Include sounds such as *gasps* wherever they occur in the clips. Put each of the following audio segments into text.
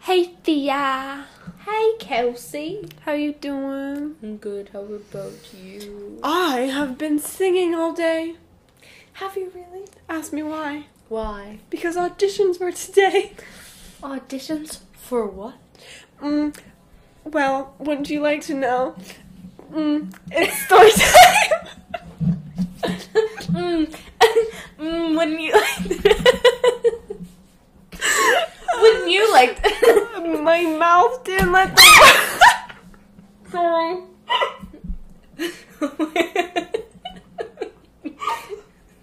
Hey Thea, Hey, Kelsey. how you doing? I'm good. How about you? I have been singing all day. Have you really? Ask me why. Why? Because auditions were today. *laughs* Auditions for what? Mm, well, wouldn't you like to know? Mm, it's story time. *laughs* mm. *laughs* mm, wouldn't you like? *laughs* wouldn't you like? *laughs* My mouth didn't let *laughs* the. Sorry.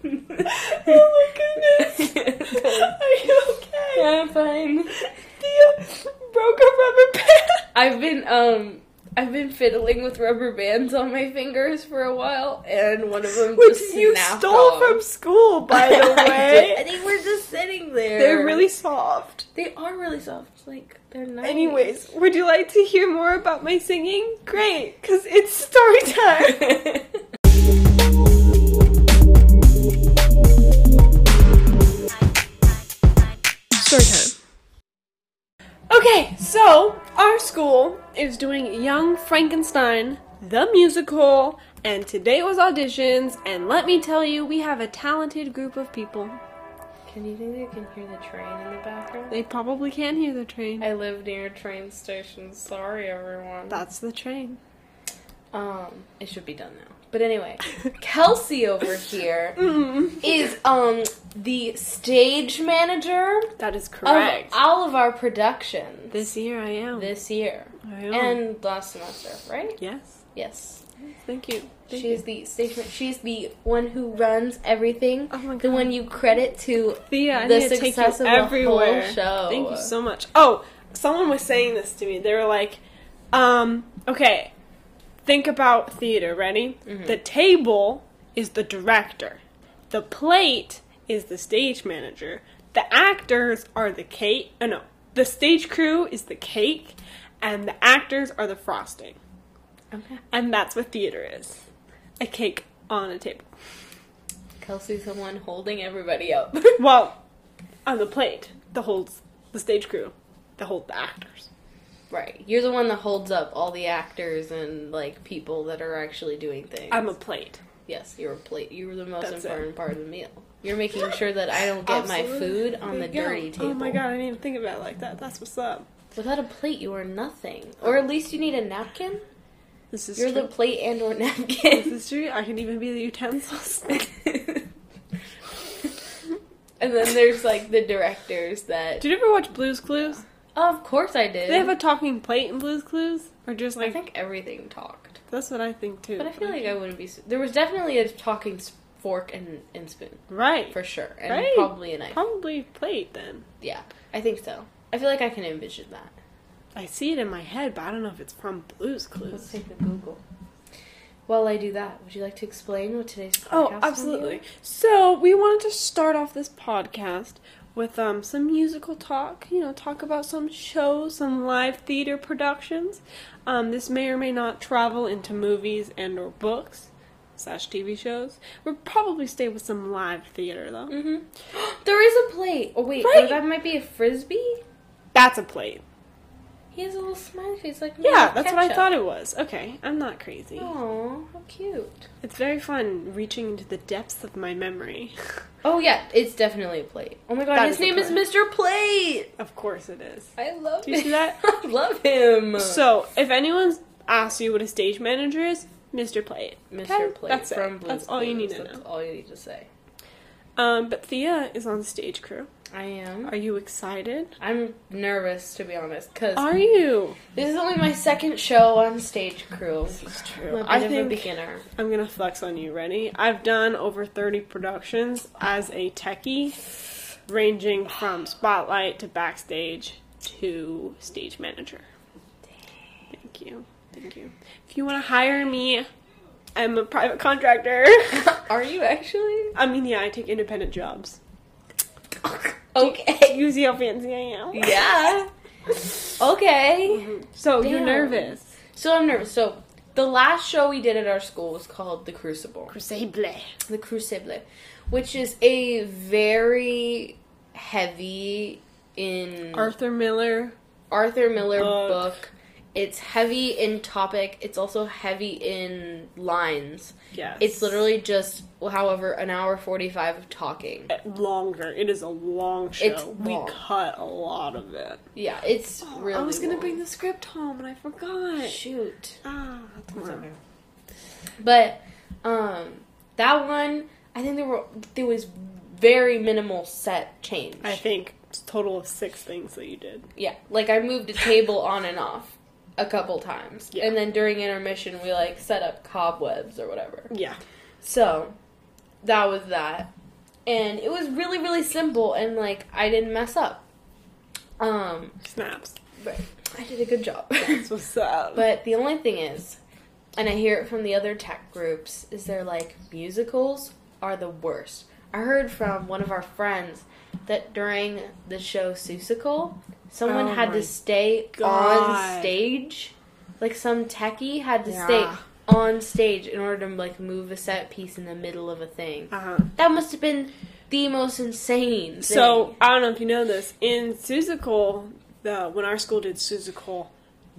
Oh my *laughs* *laughs* goodness. Are you okay? I'm fine. Thea broke a rubber band. I've been um. I've been fiddling with rubber bands on my fingers for a while, and one of them Which just you snapped stole off. from school, *laughs* by I the did. I way. think we're just sitting there. They're really soft. They are really soft. Like they're nice. *laughs* Anyways, would you like to hear more about my singing? Great, because it's story time. *laughs* story time. Okay, so our school is doing Young Frankenstein, the musical, and today was auditions, and let me tell you, we have a talented group of people. can you think they can hear the train in the background? They probably can hear the train. I live near a train station. Sorry, everyone. That's the train. um, it should be done now. But *laughs* anyway, Kelsey over here Mm-hmm. is um the stage manager That is of correct. all of our productions this year I am. this year I am. and last semester, right? yes. Yes. Thank you. Thank She is the station. She's the one who runs everything. Oh my The God. one you credit to Thea, I the need to take you success of everywhere. the whole show. Thank you so much. Oh, someone was saying this to me. They were like, um, okay, think about theater. Ready? Mm-hmm. The table is the director, the plate is the stage manager, the actors are the cake. Oh, no. The stage crew is the cake, and the actors are the frosting. Okay. And that's what theater is a cake on a table. Kelsey's the one holding everybody up. *laughs* Well, on the plate, the whole the stage crew, the whole the actors. right. You're the one that holds up all the actors and like people that are actually doing things. I'm a plate. yes, you're a plate. You were the most That's it. important part of the meal. You're making sure that I don't get my food on the dirty table. Oh my god, I didn't even think about it like that. That's what's up. Without a plate, you are nothing. Or at least you need a napkin. This is you're true. the plate and or this napkin. is true. I can even be the utensils. *laughs* and then there's like the directors that. Did you ever watch Blue's Clues? of course I did. They have a talking plate in Blue's Clues, or just I like think everything talked, that's what I think too. but I feel like I wouldn't be. s- There was definitely a talking s- fork and, and spoon right, for sure, and Right. probably a knife. probably plate then. Yeah, I think so. I feel like I can envision that. I see it in my head, but I don't know if it's from Blue's Let's Clues. take a Google. While I do that, would you like to explain what today's podcast Oh, will be absolutely. So we wanted to start off this podcast with um, some musical talk. You know, talk about some shows, some live theater productions. Um, this may or may not travel into movies and or books slash TV shows. We'll probably stay with some live theater though. Mm. Mm-hmm. *gasps* There is a plate. Oh wait, Right. or that might be a frisbee. That's a plate. He has a little smiley face, like Yeah, that's what I thought it was. Okay, I'm not crazy. Oh, how cute. It's very fun reaching into the depths of my memory. *laughs* Oh yeah, it's definitely a plate. Oh my god, That his is a name is plate. Mr. Plate. of course it is. I love Do you see him. that? *laughs* I love him. So, if anyone's asked you what a stage manager is, Mr. Plate. Mr. Okay? Plate That's it. from Blue's That's all you Clues. need to That's know. all you need to say. Um, but Thea is on stage crew. I am. Are you excited? I'm nervous to be honest, cause Are you? this is only my second show on stage crew. It's I'm a true. bit I of a think beginner. I'm gonna flex on you. Ready? I've done over 30 productions as a techie, ranging from spotlight to backstage to stage manager. Thank you. Thank you. If you want to hire me, I'm a *laughs* private contractor. *laughs* Are you actually? I mean, yeah, I take independent jobs. Okay. *laughs* You see how fancy I am. *laughs* yeah. Okay. So Damn. you're nervous. So I'm nervous. So the last show we did at our school was called The Crucible. Crucible. The Crucible, which is a very heavy in Arthur Miller Arthur Miller Book. book. It's heavy in topic. It's also heavy in lines. Yes. It's literally just, however, an hour 45 of talking. longer. It is a long show. It's long. We cut a lot of it. Yeah, it's really. Oh, I was gonna long. bring the script home and I forgot. Shoot. Ah, that's okay. But um that one, I think there were there was very minimal set change. I think it's a total of six things that you did. Yeah, like I moved a table on and off a couple times, Yeah. and then during intermission we like set up cobwebs or whatever. Yeah. So that was that, and it was really really simple, and like I didn't mess up. Um, *laughs* Snaps. but I did a good job. That's what's up. But the only thing is, and I hear it from the other tech groups, is they're like, musicals are the worst. I heard from one of our friends that during the show Seussical, someone Oh had my to stay on God. stage. Like some techie had to Yeah. stay on stage in order to like move a set piece in the middle of a thing. uh-huh. That must have been the most insane. Thing. So I don't know if you know this. In Suzucal, the when our school did Suzucal,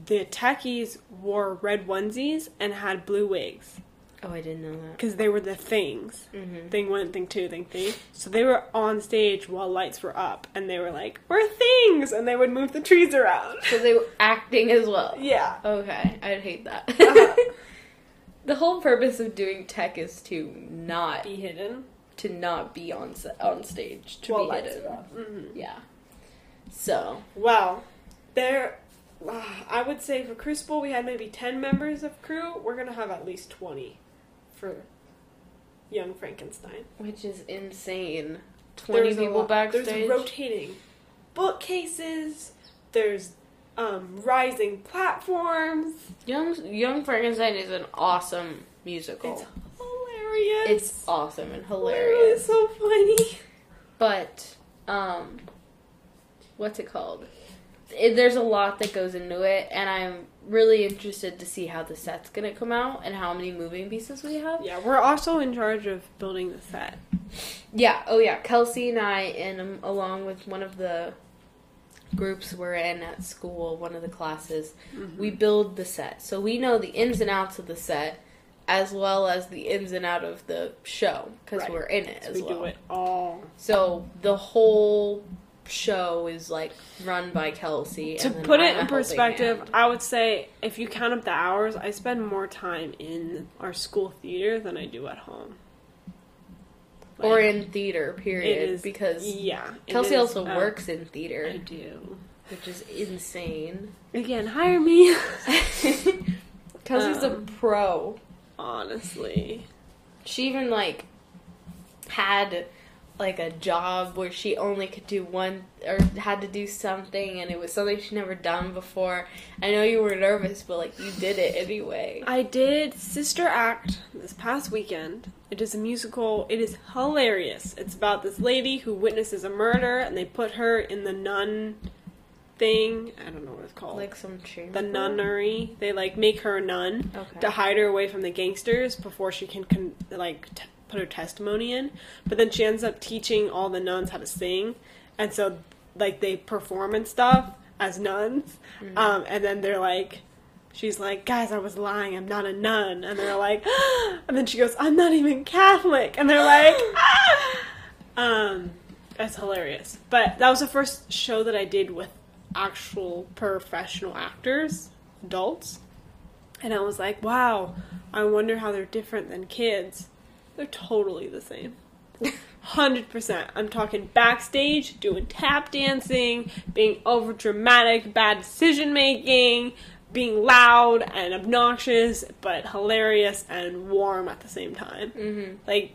the techies wore red onesies and had blue wigs oh, I didn't know that. because they were the things. Mm-hmm. Thing one, thing two, thing three. So they were on stage while lights were up, and they were like, "We're things," and they would move the trees around. *laughs* So they were acting as well. yeah. Okay, I'd hate that. *laughs* Uh-huh. *laughs* the whole purpose of doing tech is to not Be hidden. to not be on s- on stage to Well, be lights hidden. are up. Mhm. Yeah. So Well, there. ah, I would say for Crucible, we had maybe ten members of crew. We're gonna have at least twenty for Young Frankenstein. which is insane. There's Twenty a people lot- backstage. There's rotating bookcases. There's um, rising platforms. Young Young Frankenstein is an awesome musical. It's hilarious. It's, awesome and Literally hilarious. so funny. But um, what's it called? It, there's a lot that goes into it, and I'm really interested to see how the set's gonna come out and how many moving pieces we have. Yeah, we're also in charge of building the set. Yeah. Oh, yeah. Kelsey and I, and um, along with one of the groups we're in at school, one of the classes, Mm-hmm. we build the set. So we know the ins and outs of the set, as well as the ins and out of the show because Right. we're in it as we well. do it all So the whole show is like run by Kelsey. to and then put I'm it a in helping perspective, hand. I would say if you count up the hours, I spend more time in our school theater than I do at home. or Like, in theater, period, because yeah, it Kelsey is, also uh, works in I theater, do. um, which is *laughs* insane. Again, *laughs* hire me. Kelsey's Um, a pro. Honestly, She even like had like a job where she only could do one or had to do something and it was something she'd never done before. I know you were nervous, but like you did it anyway. I did Sister Act this past weekend. It is a musical. It is hilarious. It's about this lady who witnesses a murder, and they put her in the nun thing. I don't know what it's called. Like some chamber. Oh. the nunnery. They like make her a nun Okay. to hide her away from the gangsters before she can con- like t- put her testimony in. But then she ends up teaching all the nuns how to sing, and so like they perform and stuff as nuns. Um, and then they're like, she's like, guys, I was lying. I'm not a nun. And they're like, *gasps* and then she goes, I'm not even Catholic. And they're like, ah! um, that's hilarious. But that was the first show that I did with actual professional actors, adults. And I was like, wow, I wonder how they're different than kids. They're totally *laughs* the same. 100%. I'm talking backstage, doing tap dancing, being over dramatic, bad decision making, being loud and obnoxious, but hilarious and warm at the same time. Mm-hmm. Like,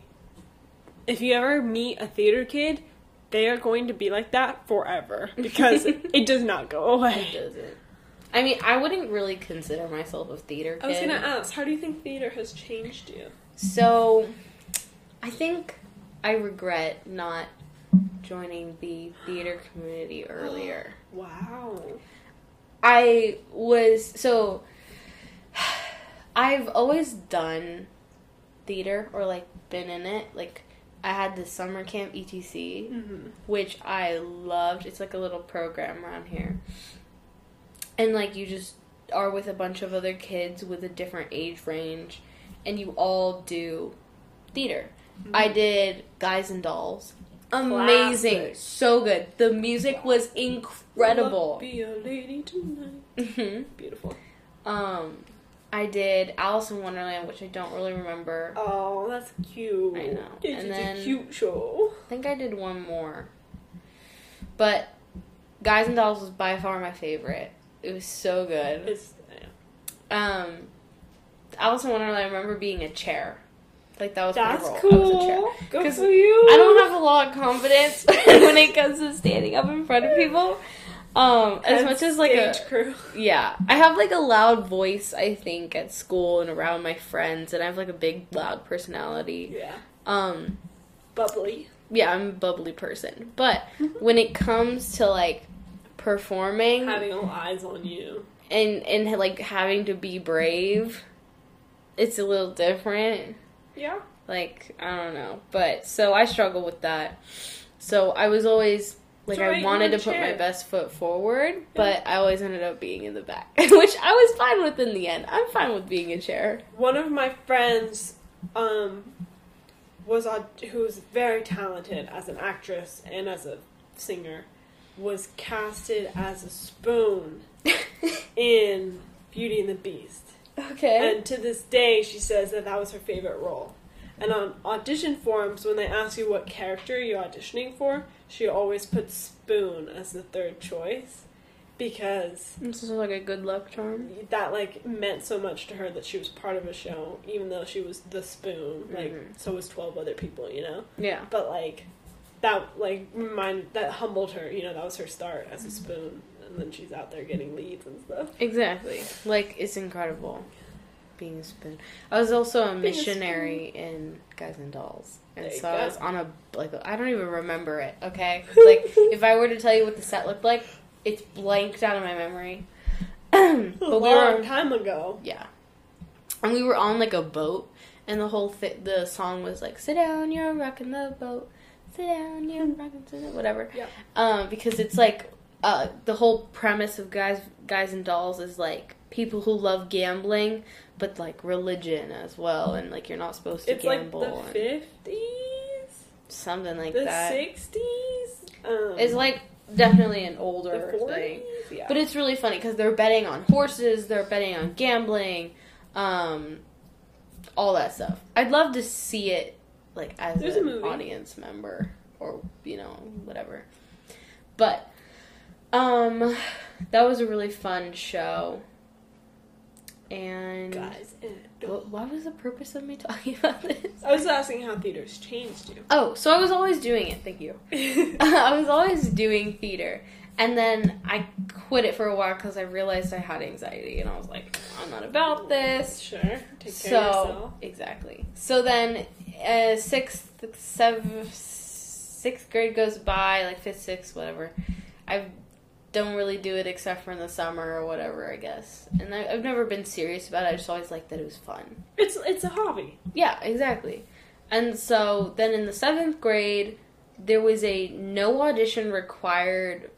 if you ever meet a theater kid, they are going to be like that forever *laughs* because it does not go It away. doesn't. I mean, I wouldn't really consider myself a theater kid. I was gonna ask, how do you think theater has changed you? So, I think I regret not joining the theater community earlier. Wow. I was so *sighs* I've always done theater or like been in it. Like I had the summer camp E ETC, Mm-hmm. which I loved. It's like a little program around here. and like you just are with a bunch of other kids with a different age range and you all do theater. I Mm-hmm. did Guys and Dolls. Amazing. Classic. So good. The music was incredible. Be a lady tonight. Mhm. Beautiful. um I did Alice in Wonderland, which I don't really remember. Oh, that's cute. I know. It And is then- a cute show. I think I did one more. But Guys and Dolls was by far my favorite. It was so good. It's Um Alice in Wonderland I remember being a chair. Like that was that's my role. I was a chair. cool. Good 'Cause for you. I don't have a lot of confidence *laughs* when it comes to standing up in front of people. Um, as And much as like a stage crew. yeah, I have like a loud voice. I think at school and around my friends, and I have like a big loud personality. Yeah, Um, bubbly. yeah, I'm a bubbly person, but when it comes to like performing Having all eyes on you. and and like having to be brave, it's a little different. Yeah. like I don't know, but so I struggle with that. So I was always like It's alright, I wanted you're to in put my chair. best foot forward, but I always ended up being in the back, *laughs* which I was fine with in the end. I'm fine with being in *laughs* chair. One of my friends, um, was aud- who was very talented as an actress and as a singer, was casted as a spoon in Beauty and the Beast. okay. And to this day, she says that that was her favorite role. And on audition forms, when they ask you what character you're auditioning for, she always puts Spoon as the third choice because this is like a good luck charm. that like meant so much to her that she was part of a show, even though she was the Spoon. Like Mhm. so was twelve other people, you know. Yeah. But like that like remind that humbled her. You know that was her start Mm-hmm. as a Spoon, and then she's out there getting leads and stuff. *laughs* Exactly. Like it's incredible being a spoon. I was also a Being a missionary in Guys and Dolls. And There you so I go. was on a like I don't even remember it, *laughs* okay? Like if I were to tell you what the set looked like, it's blanked out of my memory. *clears throat* but A we long were time ago. yeah. And we were on like a boat and the whole thi- the song was like sit down, you're rocking the boat. Sit down, you're rocking the whatever Hmm. Yeah. um, because it's like uh, the whole premise of guys guys and dolls is like people who love gambling but like religion as well and like you're not supposed to it's like gamble the and fifties, something like the that sixties. Um, it's like definitely an older the thing forties. Yeah. but it's really funny because they're betting on horses they're betting on gambling um all that stuff i'd love to see it like as There's a an movie. audience member or you know whatever but um that was a really fun show and guys, and what, what was the purpose of me *laughs* talking about this I was asking how theaters changed you. oh so i was always doing it thank *laughs* you *laughs* I was always doing theater. And then I quit it for a while because I realized I had anxiety and I was like, I'm not about this. sure. Take care so, of yourself. exactly. So then, uh, sixth, seventh, sixth grade goes by, like fifth, sixth, whatever. I don't really do it except for in the summer or whatever, I guess. And I, I've never been serious about it. I just always liked that it was fun. It's it's a hobby. Yeah, exactly. And so then in the seventh grade, there was a no audition required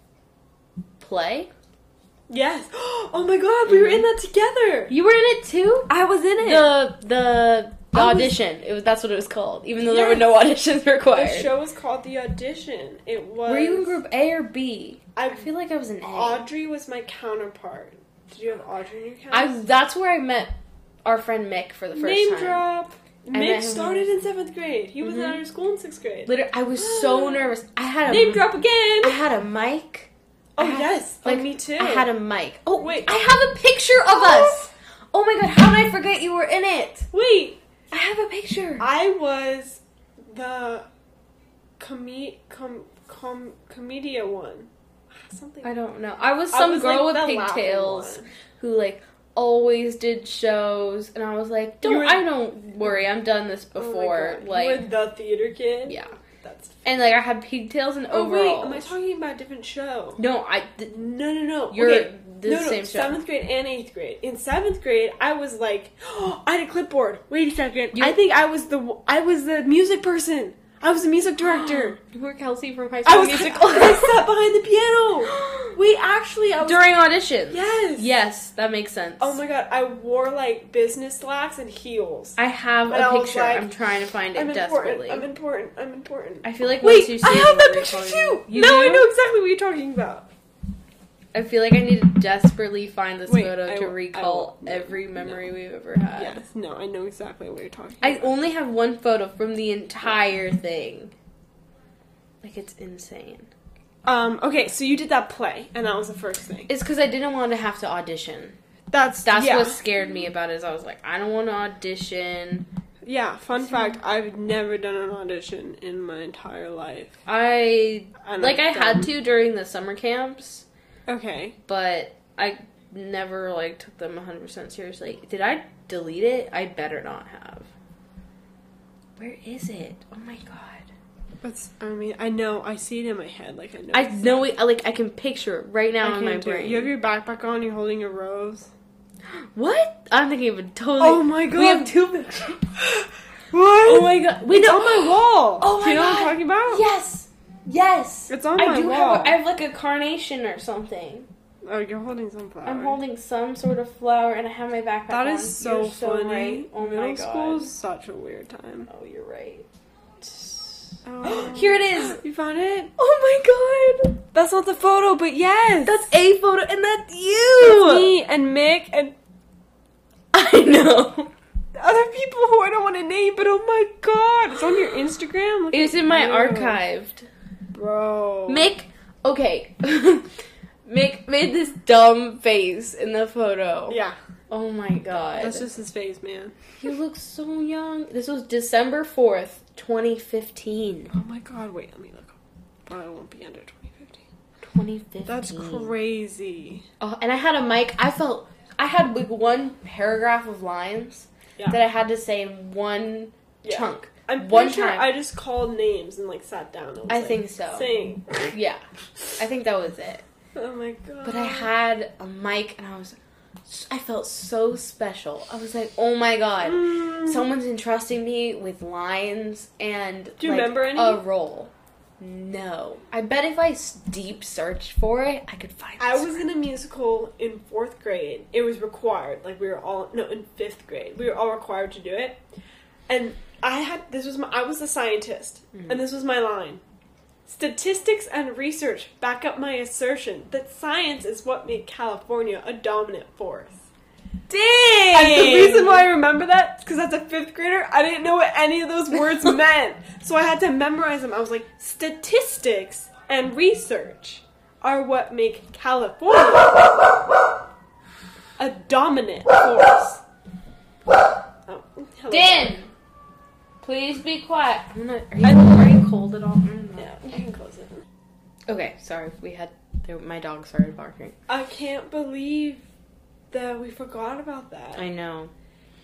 play. Yes. *gasps* Oh my god, we were in that together. You were in it too. I was in The the, the I was- audition. It was that's what it was called. Even though there were Yes. no *laughs* auditions The required. show was called The Audition. It was. were you in group A or B? I- I feel like I was in A. Audrey was my counterpart. Did you have Audrey in your I counterpart? that's where I met our friend Mick for the first Name time. Mm-hmm. drop. met him. Mitch started in seventh grade. He was out of school in sixth grade. Literally, I was *gasps* so nervous. I had a Name drop again. I had a mic. Oh I had- yes, like like, me too. I had a mic. Oh wait, Wait. I have a picture of us. Oh my god, how did I forget you were in it? wait. I have a picture. I was the come com com comedia one. *sighs* Something. I don't know. I was I some was, girl like, with the laughing pigtails one. who like always did shows, and I was like, You don't were- I don't worry, I've done this Oh my before. God. you were like the theater kid. yeah, That's. and like I had pigtails and Oh wait, overalls. am I talking about a different show? no, I th- No, no, no. you're okay. the no, no, same show. seventh grade and eighth grade. In seventh grade, I was *gasps* like, I had a clipboard. Wait a second, You- I think I was the I was the music person. I was *gasps* a music *gasps* director. You were Kelsey from High I School was Musical. *laughs* I *laughs* sat behind the piano. We actually I was During auditions. Yes. Yes, that makes sense. Oh my god, I wore like business slacks and heels. I have And I a was picture. like, I'm trying to find it I'm desperately. important. I'm important. I'm important. I feel like once you Wait, see I it, have you that will picture recall too. it. You now I do? know exactly what you're talking about. I feel like I need to desperately find this Wait, photo I to will- I recall will- every no. memory we've ever had. Yes, no, I know exactly what you're talking I about. only have one photo from the entire thing. Like it's insane. Um, okay, so you did that play, and that was the first thing. It's because I didn't want to have to audition. That's That's yeah. what scared me about it. Is I was like, I don't want to audition. Yeah, fun fact, I've never done an audition in my entire life. I And like I I've had done- to during the summer camps, Okay. but I never like took them 100% seriously. Did I delete it? I better not have. Where is it? Oh my god. That's I mean, I know, I see it in my head, like I know. I it's know not- it like I can picture it right now I in my can't do it. brain. You have your backpack on, you're holding a rose. What? I'm thinking of a totally Oh my god. We have *laughs* two pictures. What? Oh my god. We it's know on my wall. Oh Do you my know what I'm God. talking about? Yes. Yes. It's on I my do wall. have a, I have like a carnation or something. Oh, you're holding sunflower. I'm holding some sort of flower and I have my backpack That on. is so You're funny. right. Oh Middle my god. school is such a weird time. Oh, you're right. Oh. *gasps* Here it is. *gasps* You found it? Oh my god. That's not the photo, but yes. That's a photo and that's That's you. me and Mick and I know. other people who I don't want to name. But oh my god, it's on your Instagram. Look It was at in my you. archived. bro. Mick, okay. *laughs* Mick made this dumb face in the photo. Yeah, Oh my god. that's just his face, man. You look so young. This was December 4th, 2015. Oh my god, wait, let me look. Probably won't be under 2015. 2015. That's crazy. Oh, and I had a mic. I felt I had like one paragraph of lines Yeah. that I had to say in one Yeah. chunk. I'm pretty One sure time. I just called names and like sat down. And was I like, think so. Sing. Yeah. I think that was it. *laughs* Oh my god. But I had a mic and I was I felt so special. I was like, "Oh my god. Mm. someone's entrusting me with lines and Do you like, remember any? a role. No, I bet if I s- deep search for it, I could find. I this was one. in a musical in fourth grade. It was required. Like we were all no in fifth grade. We were all required to do it. And I had this was my I was a scientist, and this was my line. Statistics and research back up my assertion that science is what made California a dominant force. Dang! And the reason why I remember that is because as a fifth grader, I didn't know what any of *laughs* those words meant. So I had to memorize them. I was like, statistics and research are what make California a dominant force. Oh, hello. Dan, please be quiet. I'm not. Are you, are you cold at all? I'm Yeah, you can close it. Okay, sorry. We had there- my dog started barking. I can't believe that we forgot about that. I know.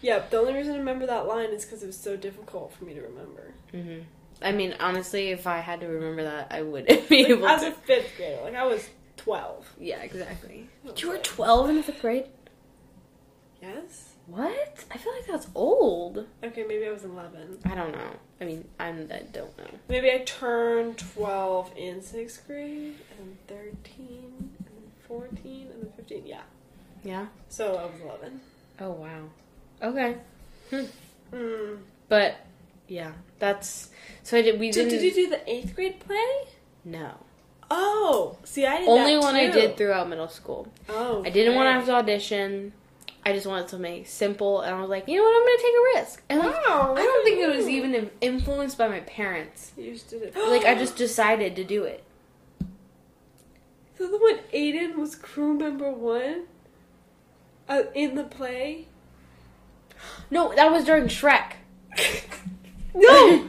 yeah, the only reason I remember that line is because it was so difficult for me to remember. hmm I mean, honestly, if I had to remember that, I wouldn't *laughs* *laughs* be Like, able as to. a fifth grader, like I was 12. yeah, exactly. Okay. You were 12 in fifth grade. Yes. What? I feel like that's old. Okay, maybe I was 11. I don't know. I mean, I'm I don't know. Maybe I turned 12 in sixth grade, and then 13, and then 14, and then 15. Yeah. Yeah. So I was 11. Oh wow. Okay. Hmm. Mm. But yeah, that's so I did. We Did, didn't. did you do the eighth grade play? no. Oh, see, I did Only that one I too. did throughout middle school. Oh, I didn't want to have okay. to audition. I just wanted something simple, and I was like, you know what? I'm gonna take a risk. And like, Wow, I don't think it look at was you. even in- influenced by my parents. You just did it. *gasps* Like I just decided to do it. *gasps* So the one Aiden was crew member one. Uh, in the play. *laughs* No, that was during Shrek. *gasps* *laughs* no.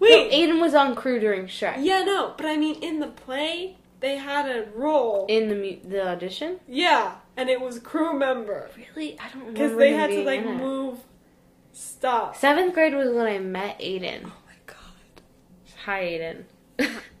Wait. No, Aiden was on crew during Shrek. Yeah, no, but I mean, in the play, they had a role. In the mu- the audition. yeah, and it was crew member Really, I don't remember. because they him had to being like in it. move stuff. Seventh grade was when I met Aiden. Oh my god! Hi, Aiden.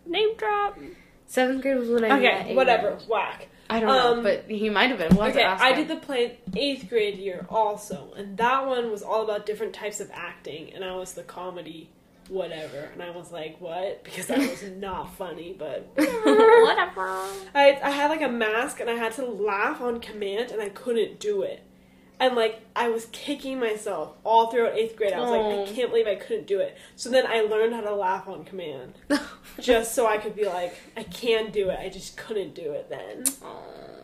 Name drop. *laughs* Seventh grade was when I met Okay, Aiden. whatever. Whack. I don't Um, know, but he might have been. We'll have Okay, to ask I him. *laughs* did the *laughs* play eighth grade year also, and that one was all about different types of acting, and I was the comedy whatever. And I was like, what? Because *laughs* that was not funny, but *laughs* Whatever. I, I had like a mask and I had to laugh on command and I couldn't do it. And like I was kicking myself all throughout eighth grade. I was like, Oh. I can't believe I couldn't do it. So then I learned how to laugh on command. Just so I could be like, I can do it. I just couldn't do it then.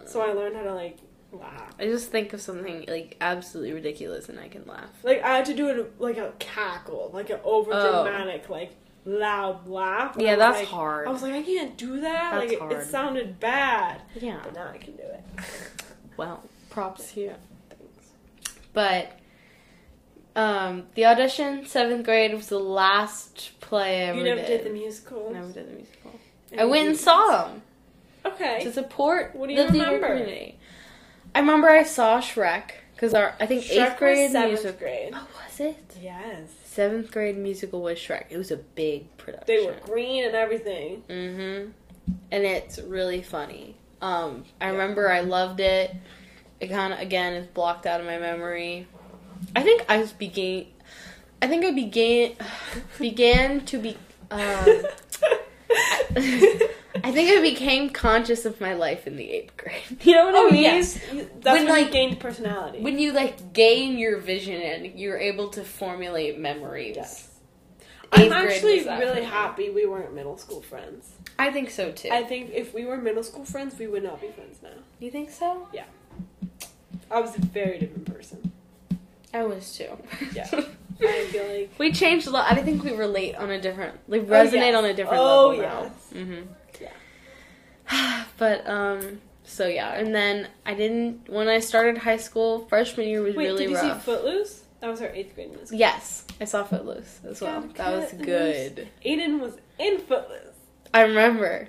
So I learned how to like laugh. I just think of something like absolutely ridiculous and I can laugh. Like I had to do it like a cackle, like an over dramatic, like loud laugh. And I Yeah, was that's like- hard. I was like, I can't do that. That's like it- hard. it sounded bad. yeah. But now I can do it. Well, props here. But um, the audition, seventh grade, was the last play I ever you never did, the musical. musical. Never did the musical. I went and Anyways. saw them Okay. to support What do you the theater remember? community. I remember I saw Shrek because our I think Shrek eighth grade was seventh musical. grade. Oh, was it? Yes. Seventh grade musical was Shrek. It was a big production. They were green and everything. Mm-hmm. And it's really funny. Um, I remember I loved it. It kind of again is blocked out of my memory. I think I was began. I think I began *laughs* *sighs* *laughs* began to be. Um, *laughs* I think I became conscious of my life in the eighth grade. You know what oh, I mean? yes. You- That's When, when, like- you gained personality. When you like gain your vision and you're able to formulate memories. yes. Eighth I'm grade actually was that for really me. happy we weren't middle school friends. I think so too. I think if we were middle school friends, we would not be friends now. you think so? I was a very different *laughs* person. I was too. Yeah. I feel like *laughs* We changed a lot. I think we relate on a different, we Oh, resonate yes. on a different Oh, level yes. now. Mm-hmm. Yeah. Yeah. *sighs* but um, so yeah, and then I didn't when I started high school. Freshman year was wait, really did you rough. see Footloose? That was our eighth grade musical. yes, I saw Footloose as well. Got that was cut good. Aiden was in Footloose. I remember.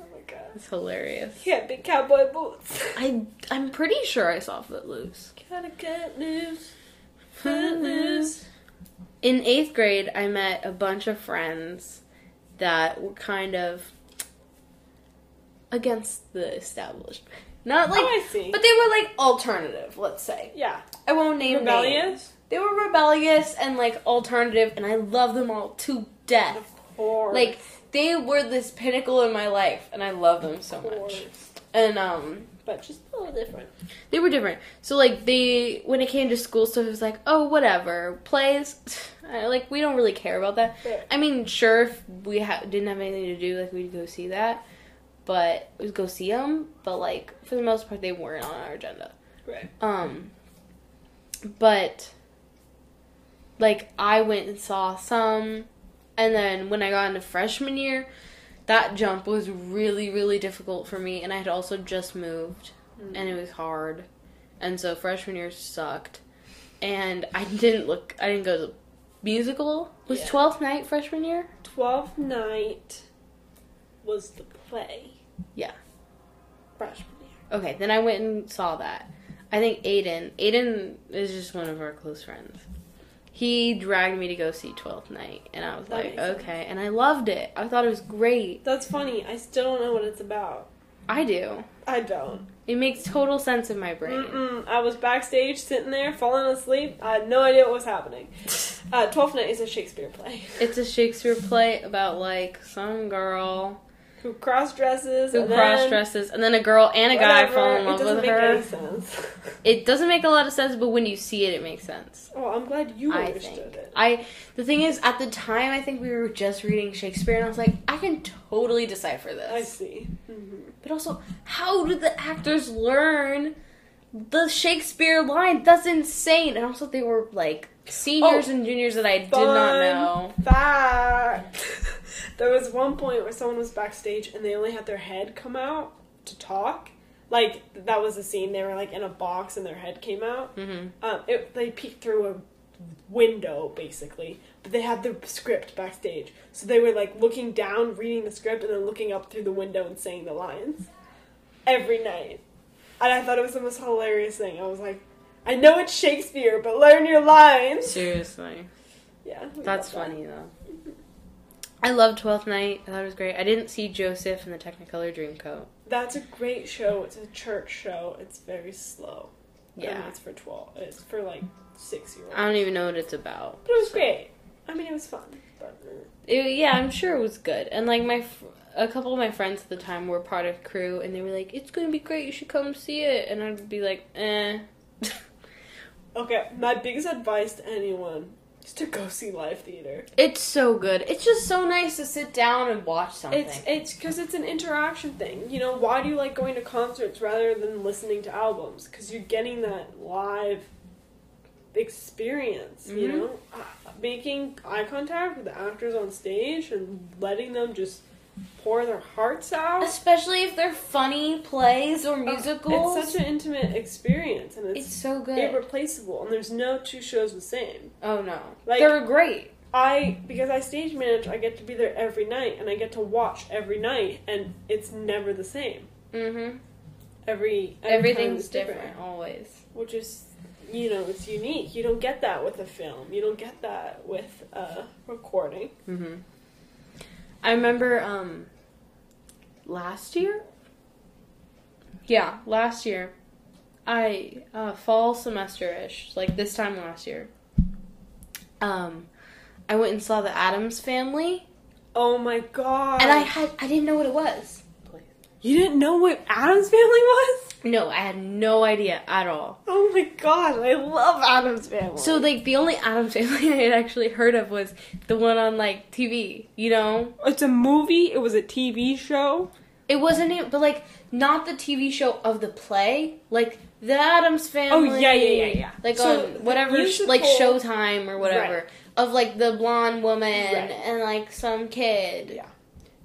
Oh my god. It's hilarious. He had big cowboy boots. *laughs* I I'm pretty sure I saw Footloose. Gotta *laughs* get loose, footloose. in eighth grade, I met a bunch of friends that were kind of against the establishment. Not *laughs* like, oh, I see. but they were like alternative. Let's say yeah, I won't name names. rebellious. They were rebellious and like alternative, and I love them all to death. Of course. Like they were this pinnacle in my life, and I love them so of much. course. And um, But just a little different. they were different. So like they when it came to school stuff, it was like, oh whatever, plays. *sighs* I- like we don't really care about that. Right. I mean, sure, if we ha- didn't have anything to do, like we'd go see that, but we'd go see them. But like for the most part, they weren't on our agenda. Right. Um, but like I went and saw some, and then when I got into freshman year, that jump was really really difficult for me, and I had also just moved, and it was hard, and so freshman year sucked, and I *laughs* didn't look, I didn't go to the musical. Was Yeah. twelfth night freshman year? Twelfth night was the play. Yeah. Freshman year. Okay, then I went and saw that. I think Aiden. Aiden is just one of our close friends. He dragged me to go see Twelfth Night, and I was That like, makes sense. okay. And I loved it. I thought it was great. That's funny. I still don't know what it's about. I do. I don't. It makes total sense in my brain. Mm-mm. I was backstage sitting there, falling asleep. I had no idea what *laughs* was happening. Uh, Twelfth Night is a Shakespeare play. It's a Shakespeare play about like some girl *laughs* Who cross dresses? who cross dresses, and then a girl and a guy fall in love It doesn't with make her. any sense. It doesn't make a lot of sense, but when you see it, it makes sense. Oh, I'm glad you I understood think. it. I the thing is, at the time, I think we were just reading Shakespeare, and I was like, I can totally decipher this. I see. hmm But also, how did the actors learn the Shakespeare line? That's insane. And also, they were like seniors Oh, and juniors that I did not fun know. Fact. *laughs* there was one point where someone was backstage and they only had their head come out to talk. Like that was the scene. They were like in a box and their head came out. Mm-hmm. Um, it, they peeked through a window basically, but they had the script backstage, so they were like looking down, reading the script, and then looking up through the window and saying the lines every night. And I thought it was the most hilarious thing. I was like, I know it's Shakespeare, but learn your lines. Seriously, Yeah, we that's love that. funny though. I love Twelfth Night. I thought it was great. I didn't see Joseph in the Technicolor Dreamcoat. That's a great show. It's a church show. It's very slow. Yeah, and it's for twelve. It's for like six year olds. I don't even know what it's about. But it was great. I mean, it was fun. But, mm. It- yeah, I'm sure it was good. And like my, fr- a couple of my friends at the time were part of crew, and they were like, "It's gonna be great. You should come see it." And I'd be like, "Eh." *laughs* okay, my biggest advice to anyone is to go see live theater. It's so good. It's just so nice to sit down and watch something. It's it's because it's an interaction thing. You know, why do you like going to concerts rather than listening to albums? Because you're getting that live experience. You Mhm. know, uh, making eye contact with the actors on stage and letting them just pour their hearts out. Especially if they're funny plays or Uh, musicals. It's such an intimate experience, and It's it's, so good. irreplaceable. And there's no two shows the same. oh no, Like- they were great. I because I stage manage, I get to be there every night, and I get to watch every night, and it's never the same. Mm-hmm. every, every time Everything's it's different, always. which is you know it's unique you don't get that with a film you don't get that with a recording Mm-hmm. I remember um last year. Yeah, last year, I uh, fall semester ish, like this time last year. Um, I went and saw the Adams Family, oh my god and I had I didn't know what it was. you didn't know what adam's family was No, I had no idea at all. oh my god i love adam's family So like the only Adams *laughs* Family I had actually heard of was the one on like TV, you know. it's a movie it was a tv show It wasn't it, but like not the TV show of the play, like the Adams Family. Oh, yeah, yeah, yeah, yeah. Like So, on whatever, you sh- should like pull- Showtime or whatever, Right. of like the blonde woman Right. and like some kid. Yeah.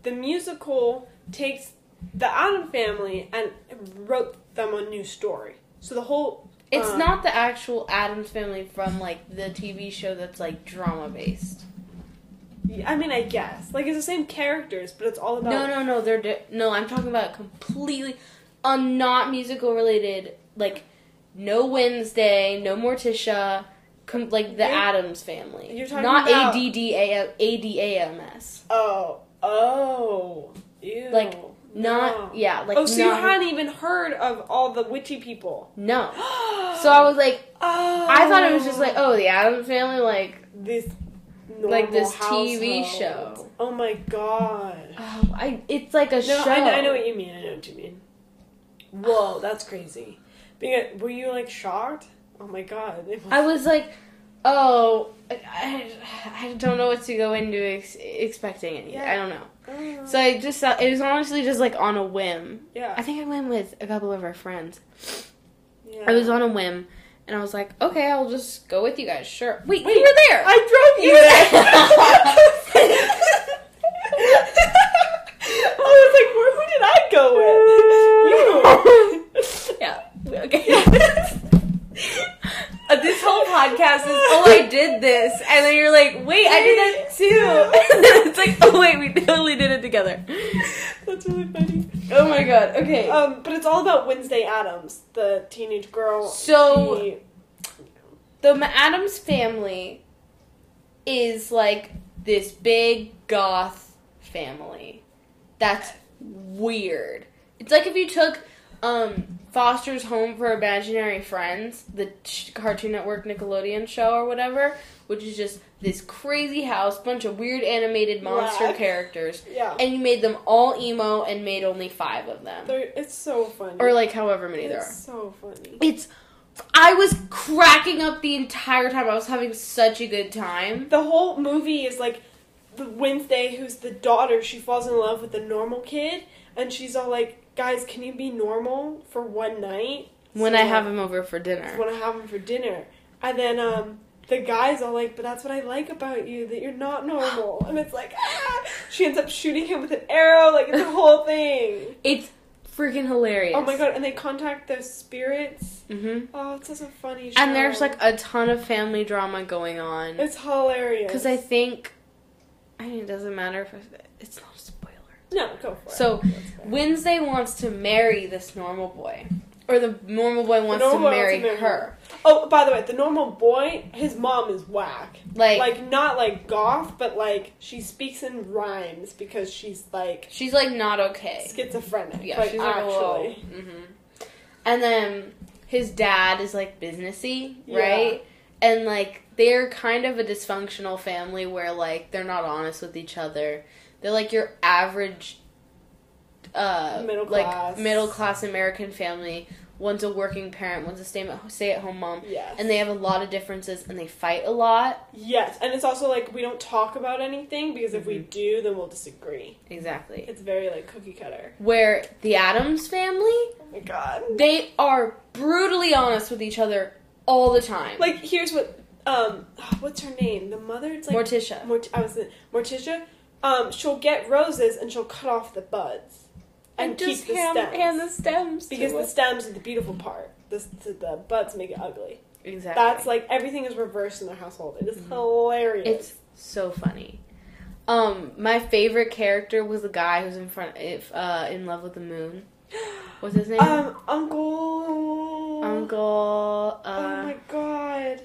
the musical takes the adam family and wrote them a new story so the whole It's um, not the actual Adams Family from like the TV show that's like drama based. i mean i guess like it's the same characters but it's all about No, no, no. They're di- no. I'm talking about completely, uh, not musical related. Like no Wednesday, no Morticia. Com- like the You're- Adams Family. you're talking not about- ADDA ADAMS. Oh, oh, ew. Like, Not No. yeah. Like oh, so you not- hadn't even heard of all the witchy people. *gasps* no. oh, So I was like, I I thought it was just like, oh, the Adams Family. Like, this, Like this normal TV household. show. Oh my god. oh, I. It's like a No, show. I, I know what you mean. I know what you mean. Whoa, that's crazy. Because, were you like shocked? Oh my god. It was- I was like, oh, I, I, I don't know what to go into ex- expecting. It. Yeah. I don't know. Oh, So I just thought it was honestly just like on a whim. yeah, I think I went with a couple of our friends. yeah. I was on a whim, and I was like, okay, I'll just go with you guys. Sure. Wait, Wait, you were there. I drove you You were *laughs* there. I was like, where, who did I go with? You. yeah. *laughs* Okay. Uh, this whole podcast is oh I did this, and then you're like, wait, I did that too. *laughs* it's like oh wait, we totally did it together. *laughs* That's really funny. Oh my god. Okay. Um, but it's all about Wednesday Adams, the teenage girl. So- she- the Ma- Adams family is like this big goth family. That's weird. It's like if you took um Foster's Home for Imaginary Friends, the ch- Cartoon Network Nickelodeon show or whatever, which is just this crazy house, bunch of weird animated monster Yeah. characters, yeah, and you made them all emo and made only 5 of them. They're- it's so funny. Or like however many there are. it's so funny. It's. I was cracking up the entire time. I was having such a good time. The whole movie is like the Wednesday, who's the daughter. She falls in love with the normal kid, and she's all like, "Guys, can you be normal for one night?" When So, I have him over for dinner. want to have him for dinner. And then um, the guy's all like, but that's what I like about you, that you're not normal. And it's like, ah! she ends up shooting him with an arrow. Like, it's a whole *laughs* thing. It's freaking hilarious. Oh my god. And they contact the spirits. hmm Oh, it's such a funny show. And there's like a ton of family drama going on. It's hilarious. Because I think. I mean, it doesn't matter if. I- It's not a spoiler. No, go for it. So, That's fine. Wednesday wants to marry this normal boy. Or the normal boy wants normal boy to wants marry to marry her. Oh, by the way, the normal boy, his mom is whack. Like, Like, not like goth, but like she speaks in rhymes because she's like she's like not okay. schizophrenic. Yeah, like, she's like, actually. Mm-hmm. hmm And then his dad is like businessy, Yeah. right? and like they're kind of a dysfunctional family where like they're not honest with each other. They're like your average uh Middle class. like middle class American family. One's a working parent, one's a stay at stay at home mom. Yes. And they have a lot of differences and they fight a lot. Yes, and it's also like we don't talk about anything because if we Mm-hmm. do, then we'll disagree. Exactly. It's very like cookie cutter. Where the Adams family, Oh my god. they are brutally honest with each other all the time. Like here's what um what's her name? The mother it's like Morticia. Mort- I was Morticia. Um she'll get roses and she'll cut off the buds and, keep the hand, stems. hand the stems to because the it. stems are the beautiful part. The, the, the buds make it ugly. exactly. Mm-hmm. That's like everything is reversed in their household. It is hilarious. It's so funny. Um, my favorite character was the guy who's in front if uh in love with the *gasps* moon. What's his name? um uncle Uncle Oh uh my god.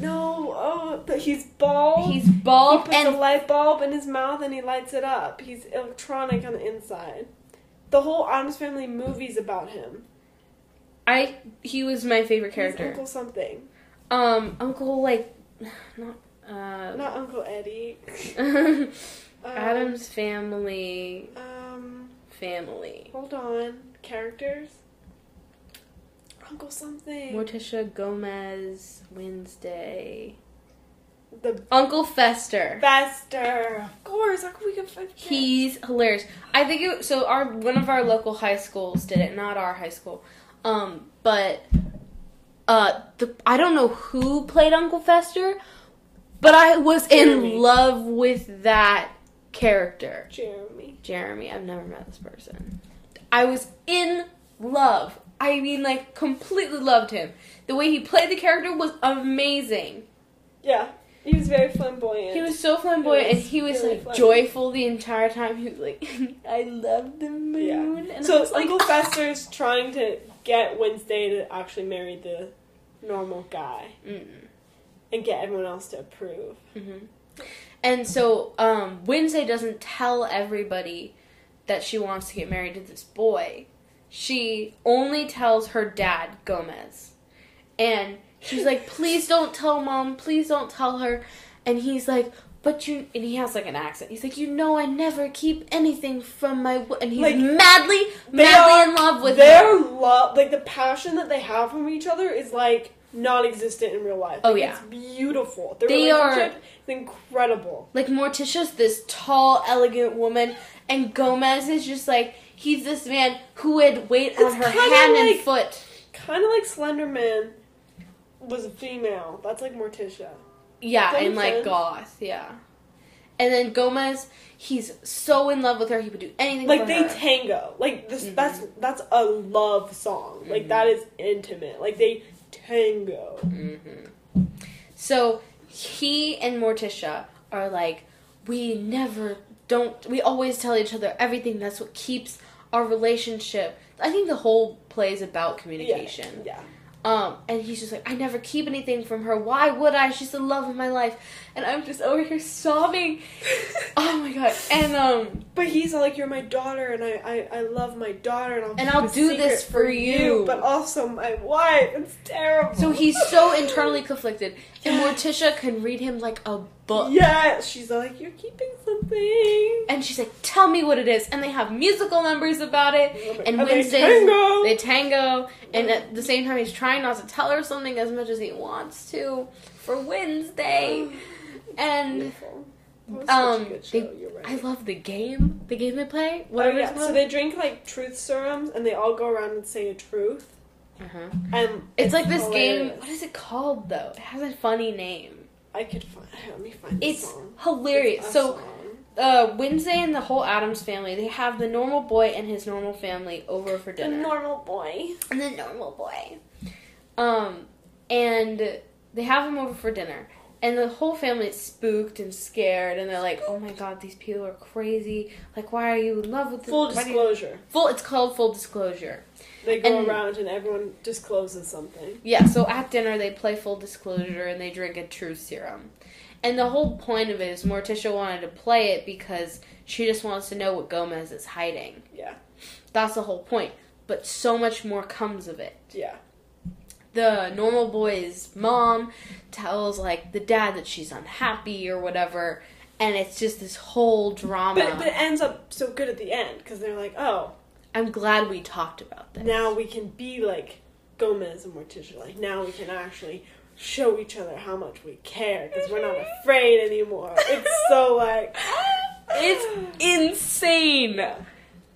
No, oh, but he's bald. he's he bald puts a and light bulb in his mouth and he lights it up. He's electronic on the inside. The whole Adams Family movie's about him. I he was my favorite He's character. Uncle something. um Uncle like *sighs* not uh *laughs* Not Uncle Eddie. Um, Adam's family Um, family. hold on. Characters? Uncle something. Morticia Gomez Wednesday. The Uncle Fester. Fester. Of course. How can we get five He's hilarious. I think it, so. Our one of our local high schools did it, not our high school, um, but uh, the I don't know who played Uncle Fester, but I was Jeremy. in love with that character, Jeremy. Jeremy. I've never met this person. I was in love. I mean, like completely loved him. The way he played the character was amazing. Yeah. He was very flamboyant. He was so flamboyant, It was and he was really like fun. joyful the entire time. He was like, *laughs* "I love the moon." And I So was like, "Ah." Uncle Fester's trying to get Wednesday to actually marry the normal guy and get everyone else to approve. Mm-hmm. And so um, Wednesday doesn't tell everybody that she wants to get married to this boy. She only tells her dad, Gomez, and she's like, "Please don't tell mom. Please don't tell her." And he's like. But you and he has like an accent. He's like, you know, I never keep anything from my. W-. And he's Like, madly, they madly are- in love with her. Their love, like the passion that they have for each other, is like non-existent in real life. Oh, Like, yeah. it's beautiful. Their They are- relationship is incredible. Like Morticia's this tall, elegant woman, and Gomez is just like he's this man who would wait on It's her kinda hand and like- foot. Kind of like Slenderman was a female. That's like Morticia. Yeah, Same and like sense. Goth, yeah. And then Gomez, he's so in love with her, he would do anything for Like Mm-hmm. they her. tango. Like this. That's that's a love song. Like that is intimate. Like they tango. Mm-hmm. so he and Morticia are like, we never don't. We always tell each other everything. That's what keeps our relationship. I think the whole play is about communication. Yeah. Um, and he's just like, I never keep anything from her. Why would I? She's the love of my life. And I'm just over here sobbing. *laughs* Oh my god. And um But he's like, you're my daughter, and I, I, I love my daughter, and I'll And keep I'll a do secret this for you. but also my wife. It's terrible. so he's so *laughs* internally conflicted. And Morticia can read him like a book. Yes, she's like, you're keeping something. And she's like, Tell me what it is. And they have musical numbers about it. And they Wednesdays tango. they tango. And at the same time he's trying not to tell her something as much as he wants to for Wednesday. And Beautiful. That was such a um good they show, you're right. I love the game. The game they play. Whatever Oh, yeah. it's called. So they drink like truth serums, and they all go around and say a truth. uh-huh. And It's, like this game. hilarious. What is it called though? It has a funny name. I could find. Let me find. It's this song. hilarious. It's a so song. uh, Wednesday and the whole Adams family, they have the normal boy and his normal family over for the dinner. normal boy. and the normal boy. Um, and they have him over for dinner. And the whole family is spooked and scared, and they're like, "Oh my god, these people are crazy! Like, why are you in love with this?" Full why do you-" disclosure. Full. It's called full disclosure. They go And- around and everyone discloses something. Yeah, so at dinner they play full disclosure and they drink a truth serum. And the whole point of it is Morticia wanted to play it because she just wants to know what Gomez is hiding. Yeah. That's the whole point. But so much more comes of it. Yeah. the normal boy's mom tells like the dad that she's unhappy or whatever, and it's just this whole drama. But, but it ends up so good at the end because they're like, oh, I'm glad we talked about this. now we can be like Gomez and Morticia. Like now we can actually show each other how much we care *laughs* because we're not afraid anymore. It's so like it's *gasps* insane.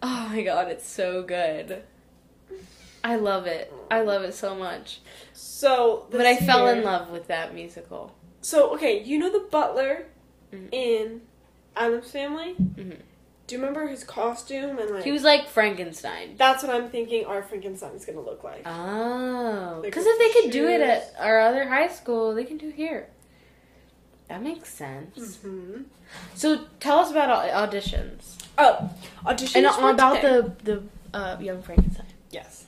Oh my god, it's so good. I love it. I love it so much. so. but I this fell year- in love with that musical. So okay, you know the butler Mhm. in Adam's Family. Mhm. Do you remember his costume and like? He was like Frankenstein. that's what I'm thinking. Our Frankenstein's gonna look Uh, like. Oh, Like because with if they the could do it shoes. at our other high school, they can do it here. That makes sense. hmm So tell us about au- auditions Oh, auditions and uh, were about today. the the uh, Young Frankenstein. yes.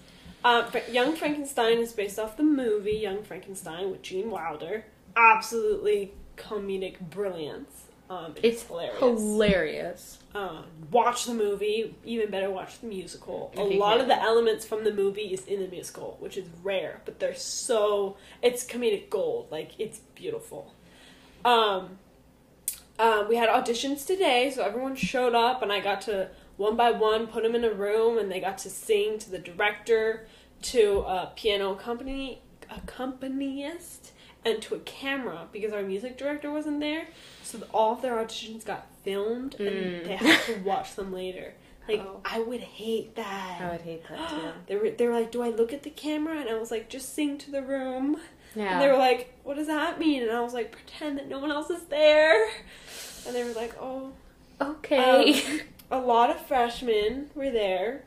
Uh, Fra- Young Frankenstein is based off the movie Young Frankenstein with Gene Wilder. Absolutely comedic brilliance. Um, it's, It's hilarious. Hilarious. uh, watch the movie. Even better, watch the musical. A Okay, lot yeah. of the elements from the movie is in the musical, which is rare, but they're so it's comedic gold. Like it's beautiful. Um, uh, we had auditions today, so everyone showed up, and I got to one by one put them in a room, and they got to sing to the director, to a piano company accompanist, and to a camera because our music director wasn't there. So th- all of their auditions got filmed, Mm. and they had *laughs* to watch them later. Like Oh. I would hate that. I would hate that too. *gasps* They were, they were like, Do I look at the camera? And I was like, Just sing to the room. And *gasps* they Yeah. were like, What does that mean? And I was like, Pretend that no one else is there. And they were like, Oh. Okay. A lot of freshmen were there.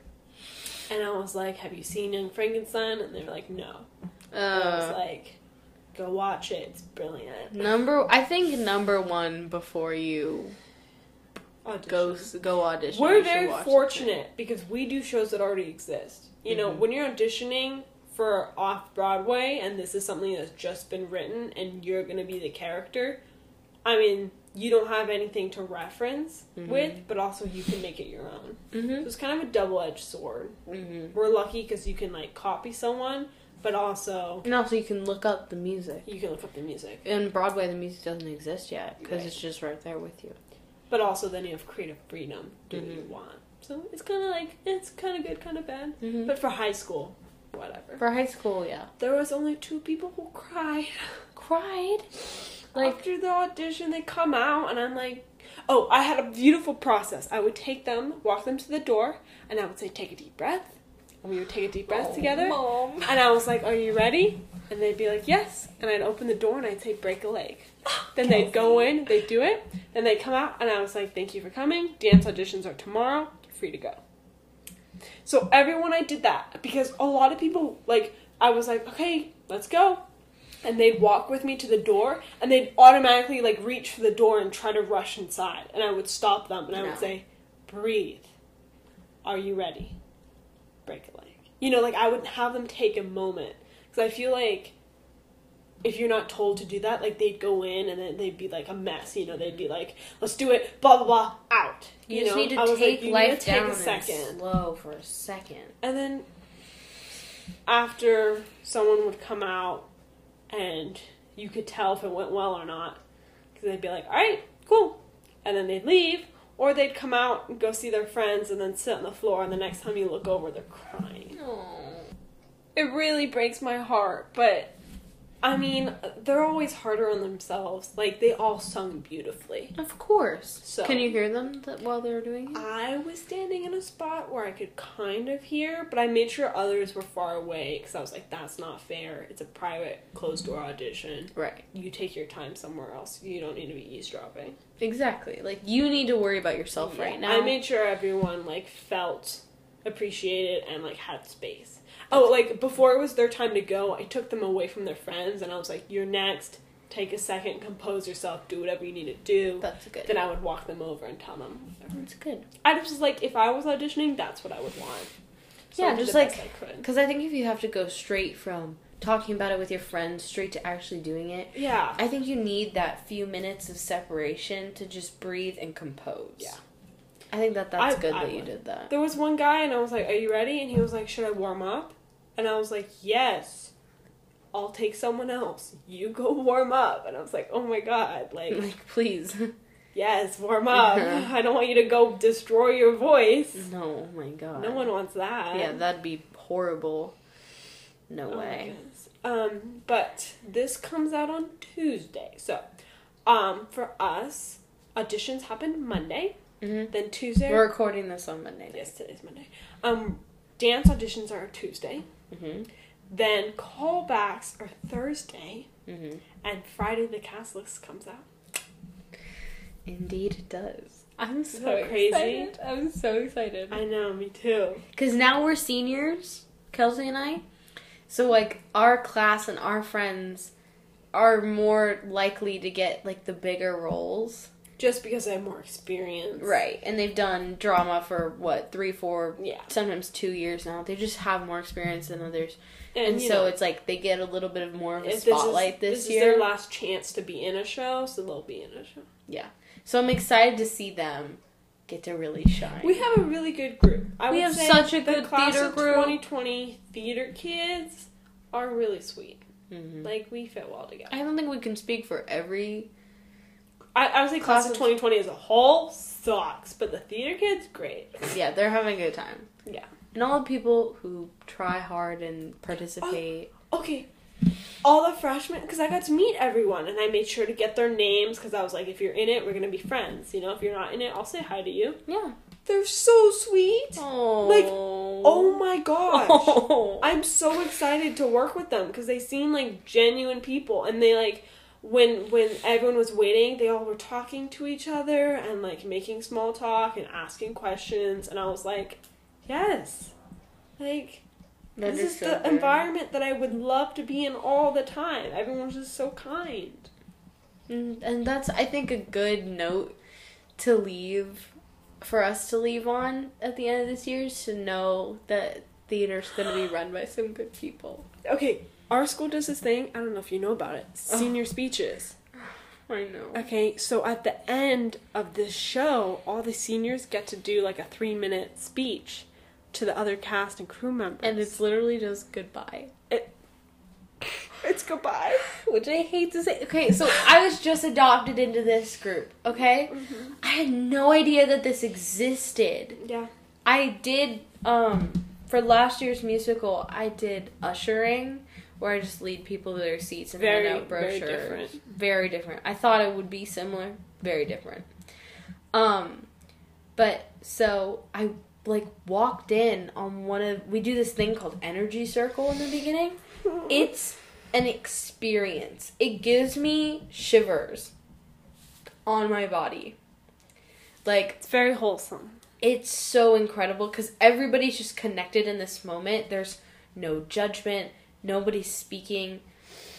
And I was like, Have you seen Young Frankenstein? And they were like, No. And I *laughs* was Uh, like, Go watch it. It's brilliant. number, I think number one before you Audition. go s- go audition. We're you should very watch it. fortunate because we do shows that already exist. You know, Mhm. when you're auditioning for off Broadway and this is something that's just been written and you're going to be the character, I mean, you don't have anything to reference Mm-hmm. with, but also you can make it your own. So Mhm. it's kind of a double edged sword. Mhm. We're lucky because you can, like, copy someone, but also And also, you can look up the music. you can look up the music. In Broadway, the music doesn't exist yet because Right. it's just right there with you. But also then you have creative freedom. Do what you Mhm. want. So it's kind of like, it's kind of good, kind of bad. Mhm. But for high school, whatever. For high school, yeah. There was only two people who cried. *laughs* Cried. Like Like, after the audition, they come out, and I'm like, oh, I had a beautiful process. I would take them, walk them to the door, and I would say, take a deep breath. And we would take a deep breath together. Oh, Mom. And I was like, are you ready? And they'd be like, yes. And I'd open the door and I'd say, break a leg. Then they'd go in, they'd do it, then they'd come out, and I was like, thank you for coming. Dance auditions are tomorrow, you're free to go. So everyone I did that because a lot of people, like, I was like, okay, let's go. And they'd walk with me to the door, and they'd automatically, like, reach for the door and try to rush inside. And I would stop them, and I No. would say, breathe. Are you ready? Break a leg. You know, like, I would have them take a moment. Because I feel like if you're not told to do that, like they'd go in and then they'd be like a mess. You know, they'd be like, "Let's do it," blah blah blah, out. You, just know? need to I was take like, you life need to take down a second, and slow for a second. and then after someone would come out, and you could tell if it went well or not, because they'd be like, "All right, cool," and then they'd leave, or they'd come out and go see their friends, and then sit on the floor. And the next time you look over, they're crying it really breaks my heart but i mean they're always harder on themselves like they all sung beautifully Of course. So- Can you hear them th- while they were doing it? i was standing in a spot where i could kind of hear but i made sure others were far away because i was like that's not fair it's a private closed door audition Right. you take your time somewhere else you don't need to be eavesdropping Exactly. Like, you need to worry about yourself right now. i made sure everyone like felt appreciated and like had space oh like before it was their time to go i took them away from their friends and i was like you're next take a second compose yourself do whatever you need to do That's good. then i would walk them over and tell them That's good. i was just like if i was auditioning that's what i would want I Yeah, did just the best like- I could. Because I think if you have to go straight from talking about it with your friends straight to actually doing it, yeah I think you need that few minutes of separation to just breathe and compose. Yeah. I think that that's I- good I that you would. did that. There was one guy, and I was like, "Are you ready?" And he was like, "Should I warm up?" And I was like, "Yes." I'll take someone else. You go *laughs* warm up. And I was like, oh my God, like, *laughs* Like, please. yes, warm up. Yeah. *laughs* I don't want you to go destroy your voice. No, oh my god. No one wants that. Yeah, that'd be horrible. No Oh my way. goodness. Um, but this comes out on Tuesday. So, um, for us, auditions happen Monday. Mm-hmm. Then Tuesday. We're recording this on Monday. yes, today's Monday. Um, dance auditions are Tuesday. Mm-hmm. Then callbacks are Thursday. Mm-hmm. And Friday, the cast list comes out. Indeed, it does. I'm Isn't so that crazy? excited. I'm so excited. I know, me too. Because now we're seniors, Kelsey and I. So, like, our class and our friends are more likely to get, like, the bigger roles. Just because I have more experience. Right. And they've done drama for, what, three, four, Yeah. sometimes two years now. They just have more experience than others. And, And, you so know, it's like they get a little bit of more of a if spotlight this, is, this, this year. is their last chance to be in a show, so they'll be in a show. so I'm excited to see them get to really shine. We have a really good group. I We would have say such a the good class theater of group. 2020 theater kids are really sweet. Mhm. Like we fit well together. I don't think we can speak for every. I, I would say class, Class of of- 2020 as a whole sucks, but the theater kids great. Yeah, they're having a good time. Yeah. And all the people who try hard and participate. Okay. All the freshmen, because I got to meet everyone, and I made sure to get their names, because I was like, if you're in it, we're gonna be friends. You know, if you're not in it, I'll say hi to you. Yeah. They're so sweet. Oh. Like, Oh my gosh. *laughs* Oh. I'm so excited to work with them because they seem like genuine people, and they like when when everyone was waiting, they all were talking to each other and like making small talk and asking questions, and I was like, yes, like That this is, so the good. environment that I would love to be in all the time. Everyone's just so kind. And Mm, and that's, I think, a good note to leave for us to leave on at the end of this year is to know that theater's going to be run by some good people. Okay, our school does this thing. I don't know if you know about it. Senior speeches. I know. Okay, so at the end of this show, all the seniors get to do like a three minute speech to the other cast and crew members. And it's literally just goodbye. *laughs* it's *laughs* goodbye. Which I hate to say. Okay, *laughs* so I was just adopted into this group, okay? Mm-hmm. I had no idea that this existed. *laughs* Yeah. I did um for last year's musical. I did ushering, where I just lead people to their seats and Very, hand out very brochures. different. Very different. I thought it would be similar. Very different. Um, but so I like walked in on one of we do this thing called energy circle in the beginning. It's an experience. It gives me shivers on my body. Like It's very wholesome. it's so incredible because everybody's just connected in this moment. There's no judgment, nobody's speaking.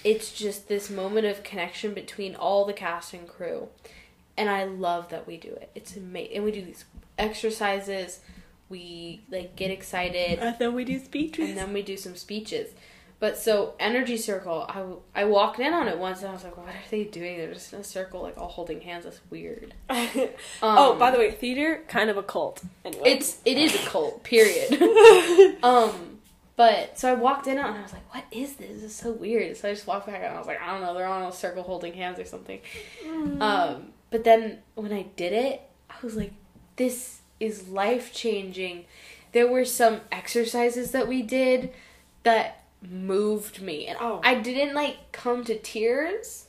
It's just this moment of connection between all the cast and crew. And I love that we do it. It's amazing. And we do these exercises. We like get excited And then we do speeches. and then we do some speeches. But so energy circle, I, w- I walked in on it once and I was like, what are they doing? They're just in a circle, like all holding hands. That's weird. *laughs* oh, Um, by the way, theater kind of a cult. Anyway, *laughs* it's it is a cult. Period. *laughs* Um, but so I walked in and I was like, "What is this? This is so weird." So I just walked back and I was like, "I don't know. They're on a circle holding hands or something." Um, but then when I did it, I was like, "This is life changing." There were some exercises that we did that moved me, and Oh. I didn't like come to tears.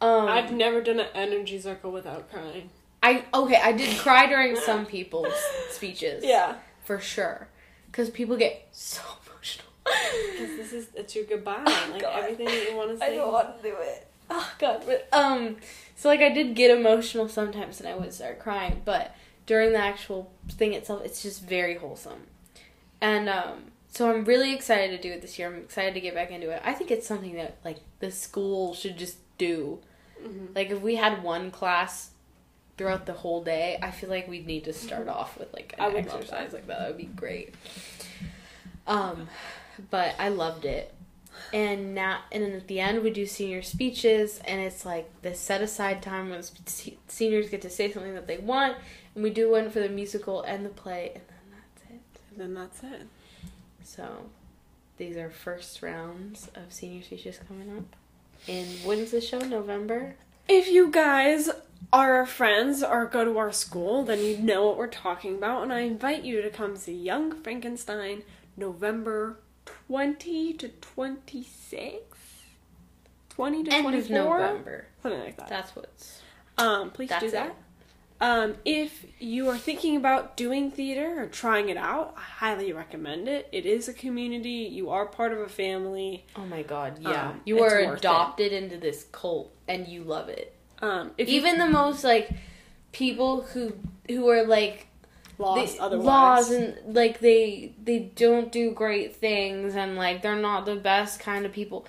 Um, I've never done an energy circle without crying. I okay, I did cry *laughs* during some people's speeches, Yeah, for sure, because people get so *laughs* emotional. *laughs* because this is it's your goodbye. Oh, like God. everything that you want to say. want to do it. Oh god, but um, so like I did get emotional sometimes, and I would start crying. But during the actual thing itself, it's just very wholesome, and um, so I'm really excited to do it this year. I'm excited to get back into it. I think it's something that like the school should just do. Mhm. Like if we had one class throughout the whole day, I feel like we'd need to start off with like I an would love exercise like that. That would be great. Um, but I loved it. And now, and then at the end, we do senior speeches, and it's like the set aside time when se- seniors get to say something that they want, and we do one for the musical and the play, and then that's it. And then that's it. So These are first rounds of senior teachers coming up. And when's the show? November? If you guys are our friends or go to our school, then you know what we're talking about, and I invite you to come see Young Frankenstein November 20 to 26? 20 to End 24? of November. Something like that. That's what's. Um, please That's do it. that. Um, if you are thinking about doing theater or trying it out, I highly recommend it. It is a community, you are part of a family. Oh my god, yeah. Um, you it's are worth it. adopted into this cult and you love it. Um, if Even the most like people who who are like you lost they- otherwise. laws and like they they don't do great things and like they're not the best kind of people.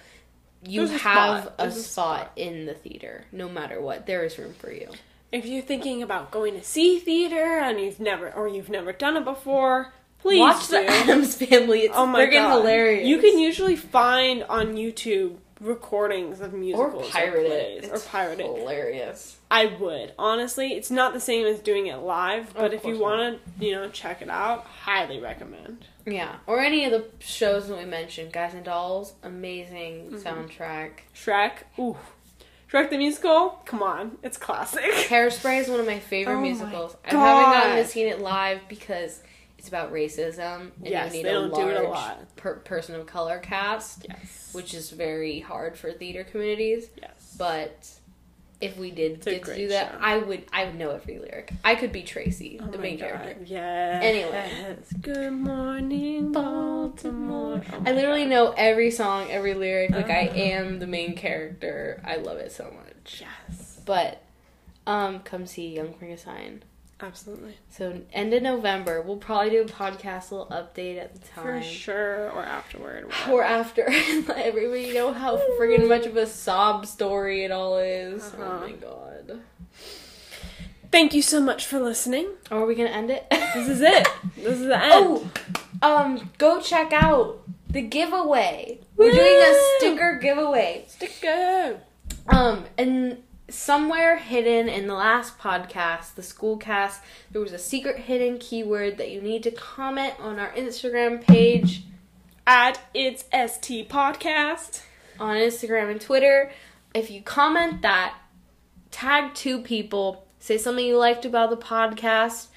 You There's a have spot. a, There's a spot in the theater, no matter what. There is room for you. If you're thinking about going to see theater and you've never or you've never done it before, please Watch do. the Adams Family. *laughs* It's oh my freaking god, hilarious. You can usually find on YouTube recordings of or musicals pirate plays, it. or It's pirate it. Hilarious. I would honestly. It's not the same as doing it live, but if you course want to, you know, check it out, highly recommend. Yeah, or any of the shows that we mentioned, Guys and Dolls, amazing Mm-hmm. soundtrack. Shrek, ooh, Shrek the musical. Come on, it's classic. *laughs* Hairspray is one of my favorite Oh my musicals. I haven't gotten God. to see it live because it's about racism, and Yes, you need they don't a do large it a lot. Per- person of color cast, Yes, which is very hard for theater communities. yes, But if we did It's a get to great do that, show. I would. I would know every lyric. I could be Tracy, Oh the my main God, character. Yes. Anyway. Good morning, Baltimore. Oh my I literally God. know every song, every lyric. Like I Uh-huh. am the main character. I love it so much. Yes, But um, come see Young Frankenstein. absolutely. So end of November, we'll probably do a podcast little update at the time. For sure, or afterward. whatever. Or after *laughs* let everybody know how friggin' much of a sob story it all is. Oh Uh-huh. my god. Thank you so much for listening. Are we gonna end it? *laughs* This is it. This is the end. Oh, um, go check out the giveaway. We're doing Woo! a sticker giveaway. sticker. Um, and somewhere hidden in the last podcast, the school cast, there was a secret hidden keyword that you need to comment on our Instagram page, At its ST podcast. on Instagram and Twitter. If you comment that, tag two people, say something you liked about the podcast,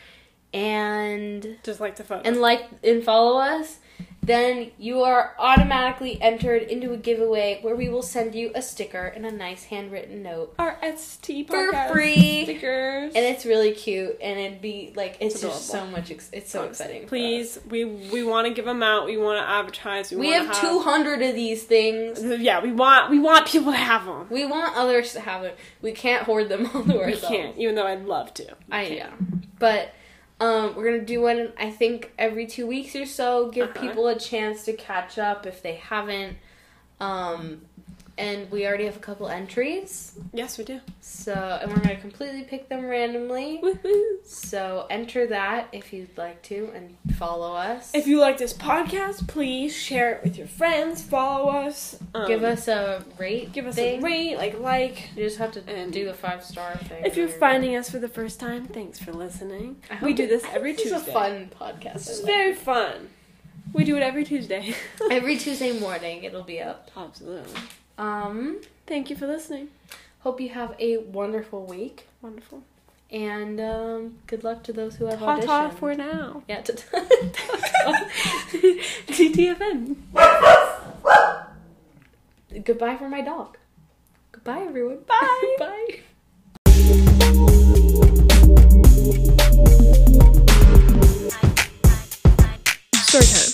and Just like the photo. and like and follow us, then you are automatically entered into a giveaway where we will send you a sticker and a nice handwritten note our ST for podcast free. stickers. and it's really cute and it'd be like it's, It's just so adorable. much ex- it's so Honestly, exciting for us. Please, we we want to give them out. We want to advertise. We, we wanna have 200 of these things *laughs* Yeah, we want we want people to have them. we want others to have it we can't hoard them all to We ourselves can't, even though I'd love to. i yeah but um, we're gonna do one i think every two weeks or so give Uh-huh. people a chance to catch up if they haven't um, and we already have a couple entries Yes, we do. so and we're gonna completely pick them randomly Woohoo! so enter that if you'd like to and follow us If you like this podcast, please share it with your friends. Follow us. um, give us a rate. give us thing. a rate, like like. You just have to and- do the five star thing. If you're finding us for the first time, thanks for listening. I We hope do it- this I every think this Tuesday. is a fun podcast. This is I like very fun. We do it every Tuesday. it. *laughs* every Tuesday morning. It'll be up. Absolutely. Um, Thank you for listening. hope you have a wonderful week, Wonderful. and um, good luck to those who have Ta auditioned. ta for now. yeah. t- *laughs* t- TTFN. Goodbye for my dog. Goodbye, *laughs* everyone. Bye. Bye. Story time.